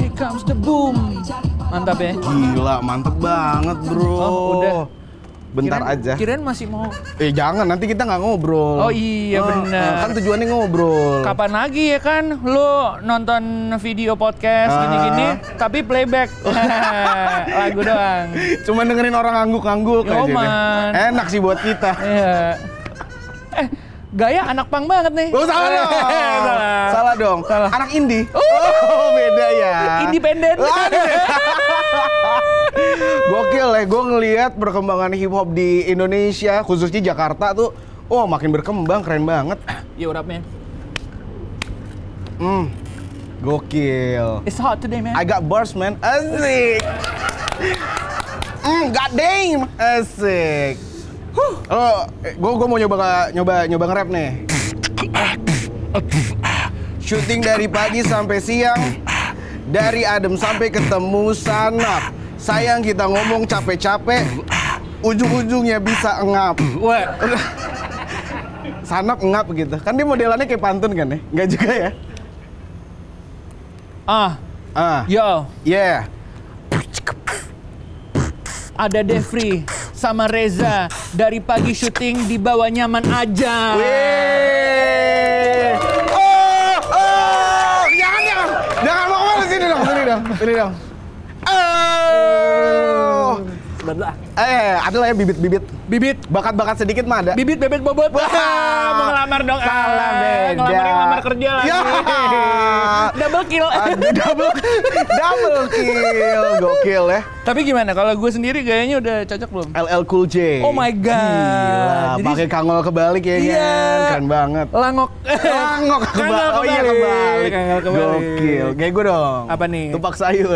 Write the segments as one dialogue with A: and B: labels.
A: Here comes the boom. Mantap ya.
B: Gila, mantep banget bro.
A: Oh, udah.
B: Bentar
A: Kirain-
B: aja.
A: Kirain masih mau.
B: Eh jangan, nanti kita nggak ngobrol.
A: Oh, iya,
B: Ah,
A: bener.
B: ah, Kan tujuannya ngobrol.
A: Kapan lagi ya kan lo nonton video podcast
B: Ah. Oh.
A: gini-gini tapi playback lagu doang.
B: Cuma dengerin orang ngangguk-ngangguk
A: Yo,
B: nih.
A: man.
B: Enak sih buat kita.
A: Iya. Eh, gaya anak pang banget nih.
B: Oh, salah dong.
A: Eh, Salah.
B: salah dong.
A: Salah.
B: Anak indie. Oh, beda ya.
A: Independen.
B: Waduh. Gokil ya, gue ngelihat perkembangan hip hop di Indonesia, khususnya Jakarta tuh, oh makin berkembang, keren banget.
A: Yo, Iya, what up, man?
B: Hmm, gokil.
A: It's hot today, man.
B: I got bars, man. Asik. Hmm, god damn. Asik. Huh. gue gue mau nyoba nyoba nyoba nge-rap nih. Shooting dari pagi sampai siang. Dari adem sampai ketemu sanak. Sayang kita ngomong capek-capek. Ujung-ujungnya bisa engap.
A: What?
B: Sanak engap gitu. Kan dia modelannya kayak pantun kan ya? Enggak juga ya?
A: Ah,
B: Ah.
A: yo,
B: Yeah.
A: ada Devri sama Reza dari pagi syuting di bawah nyaman aja.
B: Wih. Oh, oh, jangan jangan, jangan mau kemana sini dong, sini dong, sini dong. Oh,
A: Sebentar.
B: eh, ada lah ya bibit-bibit,
A: Bibit,
B: bakat-bakat sedikit mah ada.
A: bibit bebet bobot. Wah, mau ngelamar dong.
B: Salah
A: ah.
B: beda.
A: Ngelamarin ngelamar kerja lagi.
B: Ya.
A: Double kill.
B: Ada double, double kill, gokil ya.
A: Tapi gimana kalau gue sendiri gayanya udah cocok belum?
B: LL Cool J.
A: Oh my God.
B: Gila,
A: Jadi-
B: pakai kangol kebalik ya,
A: Iya.
B: kan? Keren banget.
A: Langok. Kangol
B: Langok kebalik. Oh iya
A: kebalik.
B: kebalik.
A: Kangol kebalik.
B: Gokil. Kayak gue dong.
A: Apa nih?
B: Tupak sayur.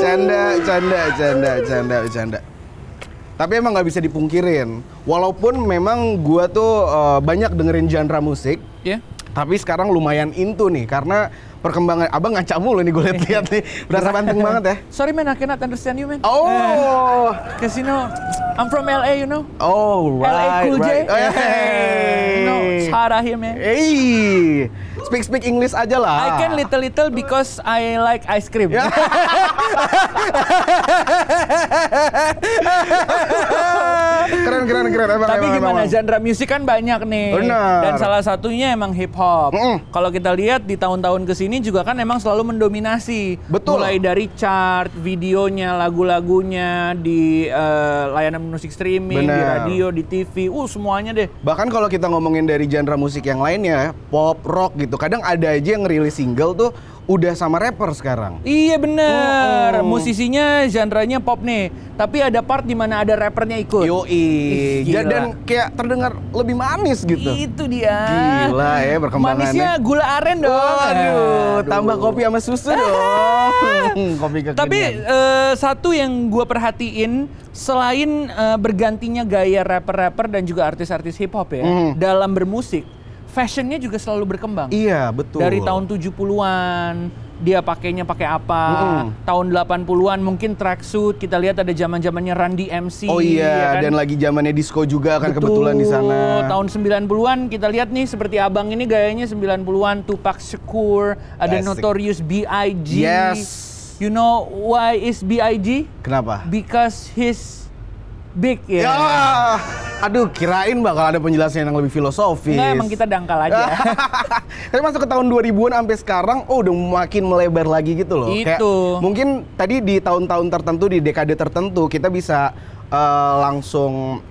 B: canda, canda, canda, canda, canda. Tapi emang nggak bisa dipungkirin. Walaupun memang gua tuh eh, banyak dengerin genre musik,
A: Ya.
B: tapi sekarang lumayan into nih karena perkembangan abang ngaca mulu nih gue lihat-lihat nih berasa banting banget ya
A: Sorry man, I cannot understand you man.
B: oh
A: Cause you know, I'm from LA, you know.
B: oh
A: LA
B: right
A: Cool J.
B: right.
A: You know, it's
B: Hey.
A: hard out here man.
B: Hey, speak speak English aja lah.
A: I can little little because I like ice cream.
B: Ah. Ya. keren keren keren emang.
A: Tapi
B: emang,
A: gimana
B: emang.
A: genre musik kan banyak nih.
B: Benar.
A: Dan salah satunya emang hip hop.
B: Mm-mm.
A: Kalau kita lihat di tahun-tahun kesini juga kan emang selalu mendominasi.
B: Betul.
A: Mulai dari chart, videonya, lagu-lagunya di eh, layanan musik streaming, di
B: Benar.
A: radio, di TV. Uh semuanya deh.
B: Bahkan kalau kita ngomongin dari genre musik yang lainnya, pop, rock gitu, kadang ada aja yang ngerilis single tuh udah sama rapper sekarang.
A: Iya bener.
B: Oh, oh.
A: Musisinya genrenya pop nih. Tapi ada part di mana ada rappernya ikut.
B: Yoi,
A: Ih, gila. Iya.
B: dan kayak terdengar lebih manis gitu.
A: Itu dia.
B: Gila ya perkembangannya.
A: Manisnya gula aren dong.
B: Waduh,
A: Aduh.
B: tambah kopi sama susu dong. kopi kekinian.
A: Tapi eh, satu yang gue perhatiin selain eh, bergantinya gaya rapper-rapper dan juga artis-artis hip hop ya
B: Mhm.
A: dalam bermusik, fashionnya juga selalu berkembang.
B: iya betul.
A: Dari tahun 70-an dia pakainya pakai apa?
B: Mhm.
A: Tahun 80-an mungkin tracksuit, kita lihat ada zaman-zamannya Randy MC.
B: Oh iya,
A: ya kan?
B: dan lagi zamannya disco juga kan
A: Betul.
B: kebetulan di sana.
A: Tahun 90-an kita lihat nih seperti abang ini gayanya 90-an Tupac Shakur, ada
B: Asik.
A: Notorious B.I.G.
B: Yes.
A: You know why is B.I.G?
B: Kenapa?
A: Because he's big ya.
B: Ya, aduh kirain bakal ada penjelasan yang lebih filosofis.
A: Enggak, emang kita dangkal aja.
B: Tapi masuk ke tahun 2000-an sampai sekarang, oh udah makin melebar lagi gitu loh.
A: Itu.
B: mungkin tadi di tahun-tahun tertentu, di dekade tertentu, kita bisa eh, langsung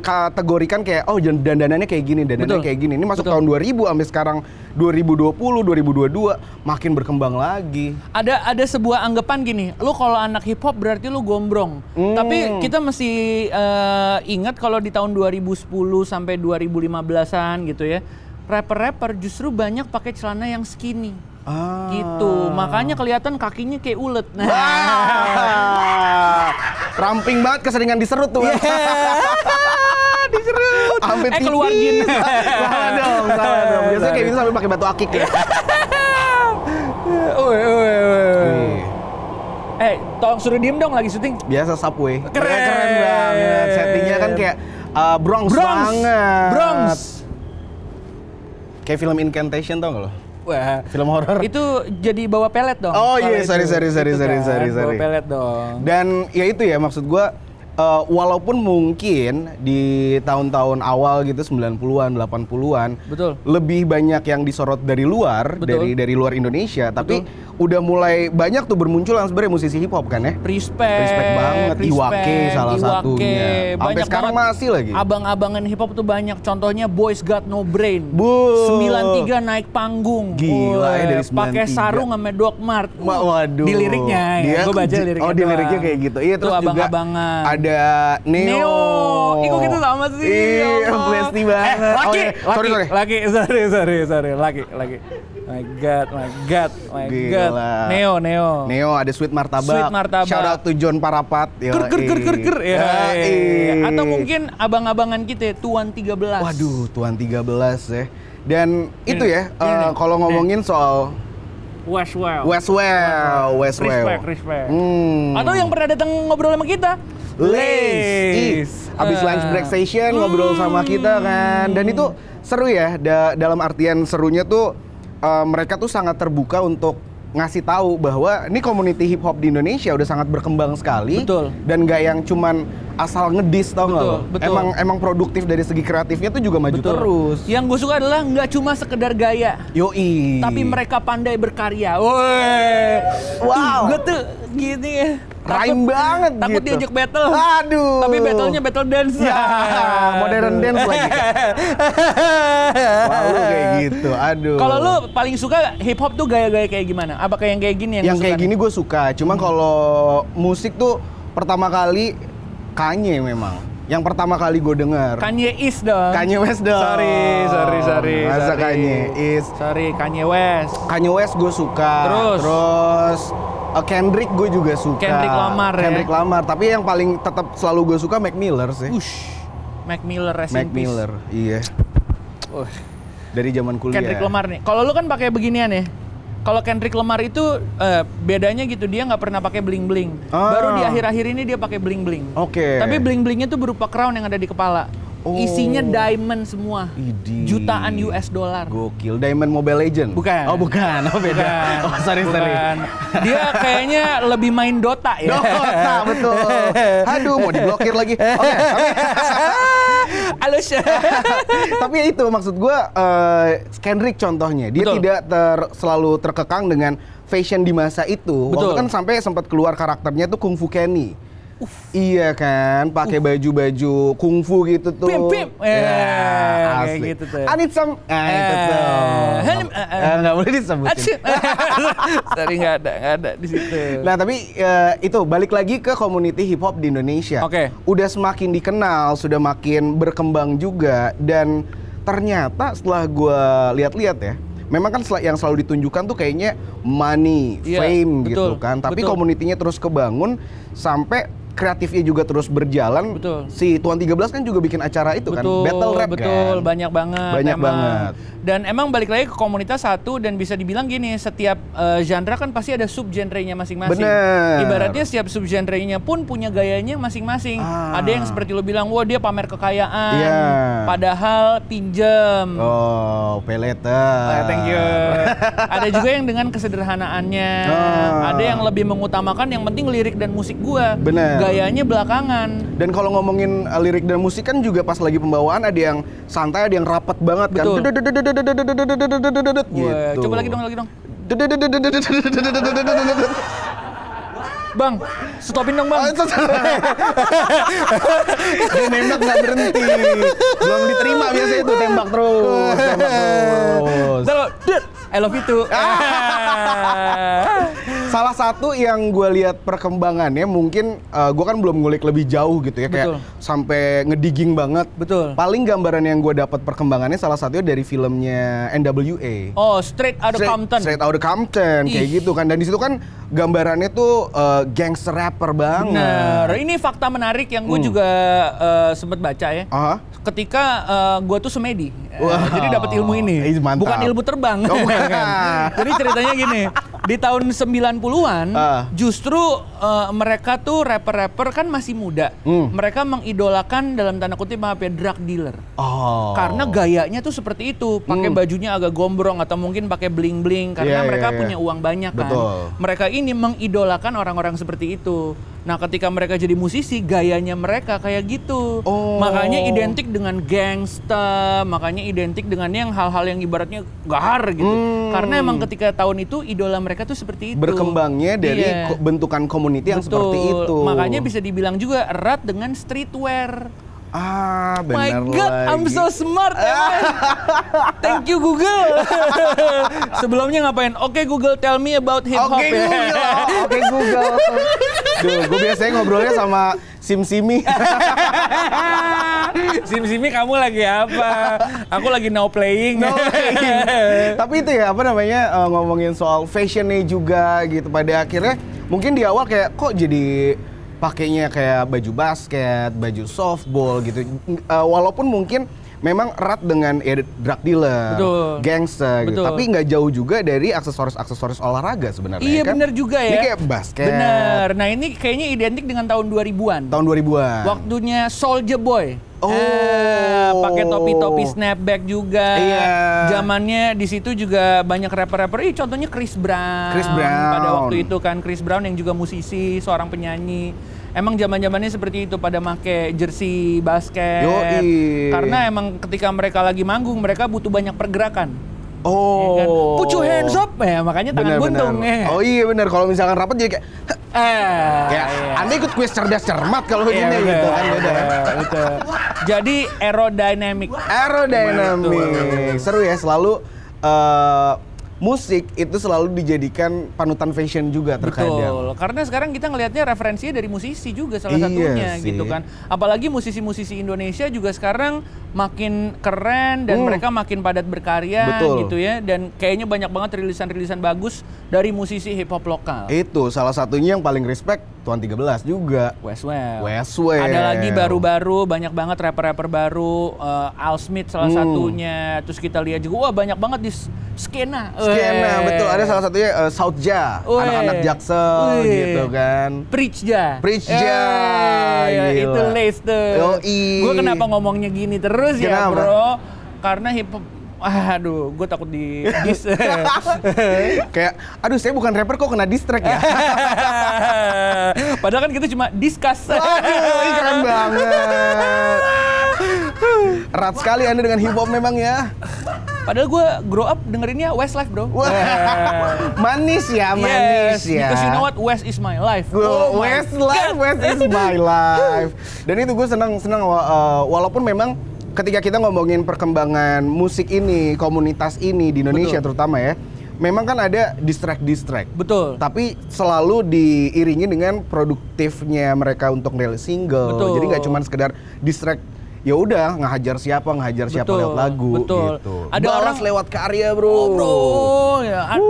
B: mengkategorikan kayak oh jan- dandanannya kayak gini,
A: Betul.
B: dandanannya kayak gini. Ini masuk
A: Betul.
B: tahun 2000 sampai sekarang 2020, 2022 makin berkembang lagi.
A: ada ada sebuah anggapan gini, lu kalau anak hip hop berarti lu gombrong.
B: Hmm.
A: Tapi kita mesti eh, ingat kalau di tahun 2010 sampai 2015-an gitu ya, rapper-rapper justru banyak pakai celana yang skinny.
B: Ah.
A: Gitu. Makanya kelihatan kakinya kayak ulet. Nah.
B: Wah. Ramping banget keseringan diserut tuh. diserut. Sampai
A: Iya. Eh, keluar jin.
B: tipis. salah dong, salah dong. Biasanya kayak gitu sampai pakai batu akik
A: Iya.
B: ya.
A: Oi, oi, oi.
B: Wih,
A: Eh, tolong suruh diem dong lagi syuting.
B: Biasa subway.
A: Keren.
B: Mereka keren banget. Settingnya kan kayak uh, Bronx,
A: Bronx.
B: banget.
A: Bronx.
B: Kayak film Incantation tau gak lo?
A: Wah,
B: Film horor.
A: itu jadi bawa pelet dong.
B: Oh,
A: kalau
B: iya,
A: itu.
B: sorry, sorry, sorry,
A: Itu
B: sorry,
A: kan,
B: sorry, sorry.
A: Bawa pelet dong.
B: Dan ya itu ya maksud gua eh, walaupun mungkin di tahun-tahun awal gitu 90-an, 80-an
A: Betul.
B: lebih banyak yang disorot dari luar,
A: Betul.
B: dari dari luar Indonesia, tapi udah mulai banyak tuh bermunculan sebenarnya musisi hip hop kan ya.
A: Eh, Respect,
B: Respect banget, Iwake salah
A: Iwake.
B: satunya. Sampai
A: Banyak
B: sekarang Gitu.
A: banget
B: masih lagi.
A: Abang-abangan hip hop tuh banyak. Contohnya Boys Got No Brain.
B: Bu.
A: 93 naik panggung.
B: Gila
A: Wih,
B: ya, dari
A: Pakai
B: 93.
A: sarung sama Doc Mart. Uh,
B: Wa- waduh.
A: Di liriknya ya.
B: Dia-
A: Gue baca liriknya.
B: Oh, di liriknya
A: doang.
B: kayak gitu. Iya,
A: Tuh
B: terus juga
A: abang-abangan.
B: ada Neo.
A: Neo. Ih, kok kita sama sih? ya
B: Iya,
A: Allah.
B: Blesti
A: Eh,
B: banget.
A: laki,
B: Oh,
A: laki,
B: iya. Sorry, sorry.
A: laki, sorry, sorry, sorry, laki, laki. My God, my God, my God.
B: Gila.
A: Neo, Neo.
B: Neo ada Sweet Martabak.
A: Oh. Sweet Martabak.
B: Shout out to John Parapat. Yoi.
A: Ker, ker, ker, ker, ker. Ya,
B: Yoi.
A: Atau mungkin abang-abangan kita, ya, Tuan 13.
B: Waduh, tuan 13 ya. Dan itu
A: Ini,
B: ya,
A: ini
B: eh,
A: nih,
B: kalau ngomongin soal
A: Westwell.
B: Westwell,
A: Eh.
B: Westwell.
A: Respect, respect.
B: Hmm.
A: Atau yang pernah datang ngobrol sama kita.
B: Lace. Ih, Abis
A: Eh.
B: lunch break session ngobrol sama kita kan. Dan itu seru ya. da- dalam artian serunya tuh eh, mereka tuh sangat terbuka untuk ngasih tahu bahwa ini community hip hop di Indonesia udah sangat berkembang sekali
A: Betul.
B: dan gak yang cuman asal ngedis tau nggak
A: Betul,
B: lo?
A: betul.
B: emang emang produktif dari segi kreatifnya tuh juga maju
A: Betul.
B: terus
A: Yang gue suka adalah nggak cuma sekedar gaya.
B: yoi
A: tapi mereka pandai berkarya. Woi.
B: Wow.
A: Gue tuh gini ya.
B: Rhyme banget
A: Takut
B: gitu.
A: diajak battle.
B: Aduh.
A: Tapi battlenya battle dance.
B: Ya, modern dance lagi. Wah, lu kayak gitu aduh
A: Kalau lu paling suka hip hop tuh gaya-gaya kayak gimana? Apakah yang kayak gini yang, lu
B: yang
A: suka?
B: kayak
A: Hmm.
B: gini gue suka cuma kalau musik tuh pertama kali Kanye memang yang pertama kali gue denger
A: Kanye East dong.
B: Kanye West dong
A: Sorry, sorry, sorry.
B: masa
A: sorry.
B: Kanye is
A: Sorry, Kanye West.
B: Kanye West gue suka
A: Terus?
B: terus eh, Kendrick gue juga suka
A: Kendrick Lamar ya.
B: Kendrick Lamar tapi yang paling tetap selalu gue suka Mac Miller sih
A: Ush. Mac Miller, rest in
B: Mac
A: peace.
B: Miller iya
A: Oh,
B: dari zaman kuliah
A: Kendrick Lamar nih. Kalau lu kan pakai beginian ya. Kalau Kendrick Lamar itu eh, bedanya gitu dia nggak pernah pakai bling bling.
B: Ah.
A: Baru di akhir-akhir ini dia pakai bling bling.
B: Oke.
A: Tapi bling blingnya tuh berupa crown yang ada di kepala.
B: Oh.
A: Isinya diamond semua.
B: Idih.
A: Jutaan US dollar.
B: Gokil Diamond Mobile Legend
A: Bukan.
B: oh bukan oh beda
A: Bukan.
B: oh sorry sorry
A: Bukan. Dia kayaknya lebih main Dota ya.
B: Dota Nah, betul. Aduh mau diblokir lagi. Oke,
A: Halus.
B: tapi, tapi ya itu maksud gua eh, Kendrick contohnya dia
A: Betul.
B: tidak ter- selalu terkekang dengan fashion di masa itu.
A: Betul.
B: Waktu kan sampai sempat keluar karakternya tuh Kung Fu Kenny. Iya kan, pakai baju-baju kungfu gitu tuh.
A: Pim, pim.
B: Ya,
A: Eh, kayak
B: asli.
A: gitu tuh.
B: I need some. Ah, itu
A: Eh,
B: tuh.
A: helm, eh, eh.
B: Eh, nggak boleh disebutin.
A: Asyik. Sorry nggak ada nggak ada di situ.
B: Nah tapi eh, itu balik lagi ke community hip hop di Indonesia.
A: Oke.
B: Udah semakin dikenal, sudah makin berkembang juga dan ternyata setelah gua lihat-lihat ya, memang kan sel- yang selalu ditunjukkan tuh kayaknya money,
A: Iya,
B: fame
A: betul,
B: gitu kan. Tapi
A: betul.
B: community-nya terus kebangun sampai kreatifnya juga terus berjalan.
A: Betul.
B: Si Tuan 13 kan juga bikin acara itu kan, battle rap
A: betul
B: kan.
A: banyak banget
B: Banyak
A: emang.
B: banget.
A: dan emang balik lagi ke komunitas satu dan bisa dibilang gini setiap eh, genre kan pasti ada sub genrenya masing-masing
B: Bener.
A: ibaratnya setiap sub genrenya pun punya gayanya masing-masing
B: Ah.
A: ada yang seperti lo bilang wah dia pamer kekayaan
B: Iya.
A: padahal pinjem Ah,
B: Oh, peleter.
A: thank you. Ada juga yang dengan kesederhanaannya.
B: Ah.
A: Ada yang lebih mengutamakan yang penting lirik dan musik gua.
B: Bener.
A: Gayanya belakangan.
B: Dan kalau ngomongin uh, lirik dan musik kan juga pas lagi pembawaan ada yang santai, ada yang rapat banget kan.
A: Betul.
B: Dededededededededededededededededed
A: Wah,
B: Gitu.
A: Coba lagi dong, lagi dong.
B: Dedededededededededededededededed.
A: Bang, stopin dong
B: Oh,
A: bang.
B: itu salah. Dia nembak nggak berhenti. Belum diterima biasanya itu tembak terus, tembak terus.
A: Ntar lo, "Dut, I love you too. Ah.
B: Salah satu yang gue lihat perkembangannya mungkin gue kan belum ngulik lebih jauh gitu ya
A: Betul.
B: kayak sampai ngedigging banget.
A: Betul.
B: Paling gambaran yang gue dapat perkembangannya salah satunya dari filmnya NWA.
A: oh, straight out of
B: Straight-
A: Compton.
B: Straight Outta Compton kayak
A: Ih.
B: gitu kan dan di situ kan gambarannya tuh eh, gangster rapper banget.
A: Bener.
B: Nah.
A: Ini fakta menarik yang
B: Hmm.
A: gue juga sempat baca ya.
B: Aha.
A: Ketika gue tuh semedi, Eh,
B: Wow.
A: jadi dapat ilmu ini.
B: Ih, mantap.
A: Bukan ilmu terbang.
B: Oh, bukan.
A: jadi ceritanya gini. di tahun 90-an
B: Ah.
A: justru eh, mereka tuh rapper-rapper kan masih muda.
B: Hmm.
A: Mereka mengidolakan dalam tanda kutip apa ya drug dealer.
B: Oh. Hmm.
A: Karena gayanya tuh seperti itu, pakai bajunya agak gombrong atau mungkin pakai bling-bling karena
B: Iya,
A: mereka
B: iya, iya.
A: punya uang banyak kan.
B: Betul.
A: Mereka ini mengidolakan orang-orang seperti itu. Nah, ketika mereka jadi musisi, gayanya mereka kayak gitu.
B: Oh.
A: Makanya identik dengan gangsta, makanya identik dengan yang hal-hal yang ibaratnya gahar gitu.
B: Hmm.
A: Karena emang ketika tahun itu idola mereka tuh seperti itu.
B: berkembangnya dari
A: gitu. Iya.
B: ko- bentukan community yang seperti
A: Betul.
B: itu.
A: Makanya bisa dibilang juga erat dengan streetwear.
B: Ah,
A: Oh My
B: benar
A: God,
B: lagi.
A: I'm so smart ya man. Thank you Google. Sebelumnya ngapain? Oke Google, tell me about hip hop. ya.
B: Oke Google, oh, oke Google. Duh, gue biasanya ngobrolnya sama Sim Simi.
A: Sim Simi kamu lagi apa? Aku lagi now playing.
B: No lying. Tapi itu ya apa namanya eh, ngomongin soal fashionnya juga gitu. Pada akhirnya mungkin di awal kayak kok jadi pakainya kayak baju basket, baju softball gitu. N- eh, walaupun mungkin memang erat dengan ya, drug dealer,
A: Betul.
B: gangster gitu.
A: Betul.
B: Tapi nggak jauh juga dari aksesoris-aksesoris olahraga sebenarnya.
A: iya
B: kan?
A: bener juga ya.
B: Ini kayak basket.
A: Bener. Nah ini kayaknya identik dengan tahun 2000-an.
B: Tahun 2000-an.
A: Waktunya Soldier Boy.
B: Nah. Oh.
A: Eh, pakai topi-topi snapback juga.
B: Iya.
A: Zamannya di situ juga banyak rapper-rapper. Ih, contohnya Chris Brown.
B: Chris Brown.
A: Pada waktu itu kan Chris Brown yang juga musisi, seorang penyanyi. Emang zaman-zamannya seperti itu pada make jersey basket.
B: Yoi.
A: Karena emang ketika mereka lagi manggung, mereka butuh banyak pergerakan.
B: Oh.
A: Ya kan? Put your hands up. Eh, makanya tangan
B: Bener,
A: buntung. eh.
B: bener. Oh iya bener, kalau misalkan rapat jadi kayak
A: Eh,
B: Ya,
A: iya.
B: Anda ikut kuis cerdas cermat kalau
A: Iya,
B: ini
A: betul,
B: gitu kan beda.
A: betul, betul. Jadi aerodynamic.
B: Aerodynamic. Seru ya selalu eh, musik itu selalu dijadikan panutan fashion juga
A: Betul.
B: terkadang.
A: Karena sekarang kita ngelihatnya referensinya dari musisi juga salah
B: Iya
A: satunya
B: sih.
A: gitu kan. Apalagi musisi-musisi Indonesia juga sekarang makin keren dan
B: Hmm.
A: mereka makin padat berkarya
B: Betul.
A: gitu ya dan kayaknya banyak banget rilisan-rilisan bagus dari musisi hip hop lokal.
B: Itu salah satunya yang paling respect Tuan 13 juga.
A: Westwell.
B: Westwell.
A: Ada lagi baru-baru banyak banget rapper-rapper baru eh, Al Smith salah
B: Hmm.
A: satunya. Terus kita lihat juga wah banyak banget di s- skena.
B: Skena
A: Weh.
B: betul. Ada salah satunya eh, Southja,
A: Weh.
B: anak-anak Jaksel
A: Weh.
B: gitu kan.
A: Prijja.
B: Prijja,
A: Eh,
B: gila.
A: itu les tuh.
B: Yoi.
A: Gue kenapa ngomongnya gini terus ya
B: Kenapa?
A: bro? Karena hip hop. ah, Aduh, gue takut di dis.
B: Kayak aduh saya bukan rapper kok kena distract ya.
A: Padahal kan kita cuma discuss.
B: Aduh, ini keren banget. Erat sekali Anda dengan hip hop memang ya.
A: Padahal gue grow up dengerinnya Westlife bro.
B: Wah, manis ya, manis ya.
A: Because you know what, West is my life. Oh my
B: Gue West life,
A: God.
B: West is my life. Dan itu gue senang senang wa- uh, walaupun memang ketika kita ngomongin perkembangan musik ini, komunitas ini di Indonesia
A: Betul.
B: terutama ya, memang kan ada distract distract.
A: Betul.
B: Tapi selalu diiringi dengan produktifnya mereka untuk rilis single.
A: Betul.
B: Jadi nggak cuma sekedar distract ya udah ngehajar siapa ngehajar siapa
A: Betul,
B: lewat lagu
A: betul.
B: gitu.
A: Ada
B: Balas
A: orang-
B: lewat karya, Bro.
A: Oh, bro. Ya, ad-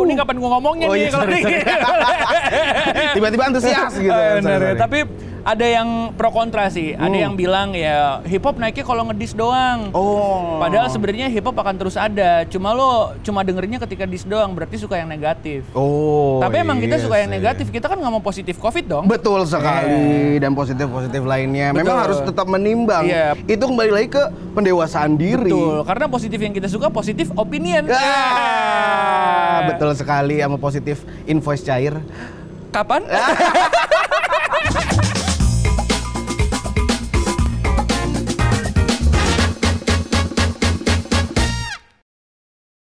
A: Uh, ini kapan gua ngomongnya
B: Oh,
A: nih
B: iya,
A: kalau
B: sorry,
A: ini.
B: Tiba-tiba antusias gitu.
A: Eh,
B: Sorry,
A: benar ya.
B: sorry. Hmm.
A: Tapi ada yang pro kontra sih. Ada yang bilang ya hip hop naiknya kalau ngedis doang.
B: Oh.
A: Padahal sebenarnya hip hop akan terus ada. Cuma lo cuma dengerinnya ketika dis doang berarti suka yang negatif.
B: Oh.
A: Tapi emang kita
B: iya
A: suka yang
B: sih.
A: negatif. Kita kan nggak mau positif covid dong.
B: Betul sekali dan positif-positif lainnya. Memang
A: Betul.
B: harus tetap menimbang.
A: Iya.
B: Itu kembali lagi ke pendewasaan diri.
A: Betul. Karena positif yang kita suka positif opinion.
B: Ah,
A: Eh.
B: betul sekali sama positif invoice cair.
A: Kapan?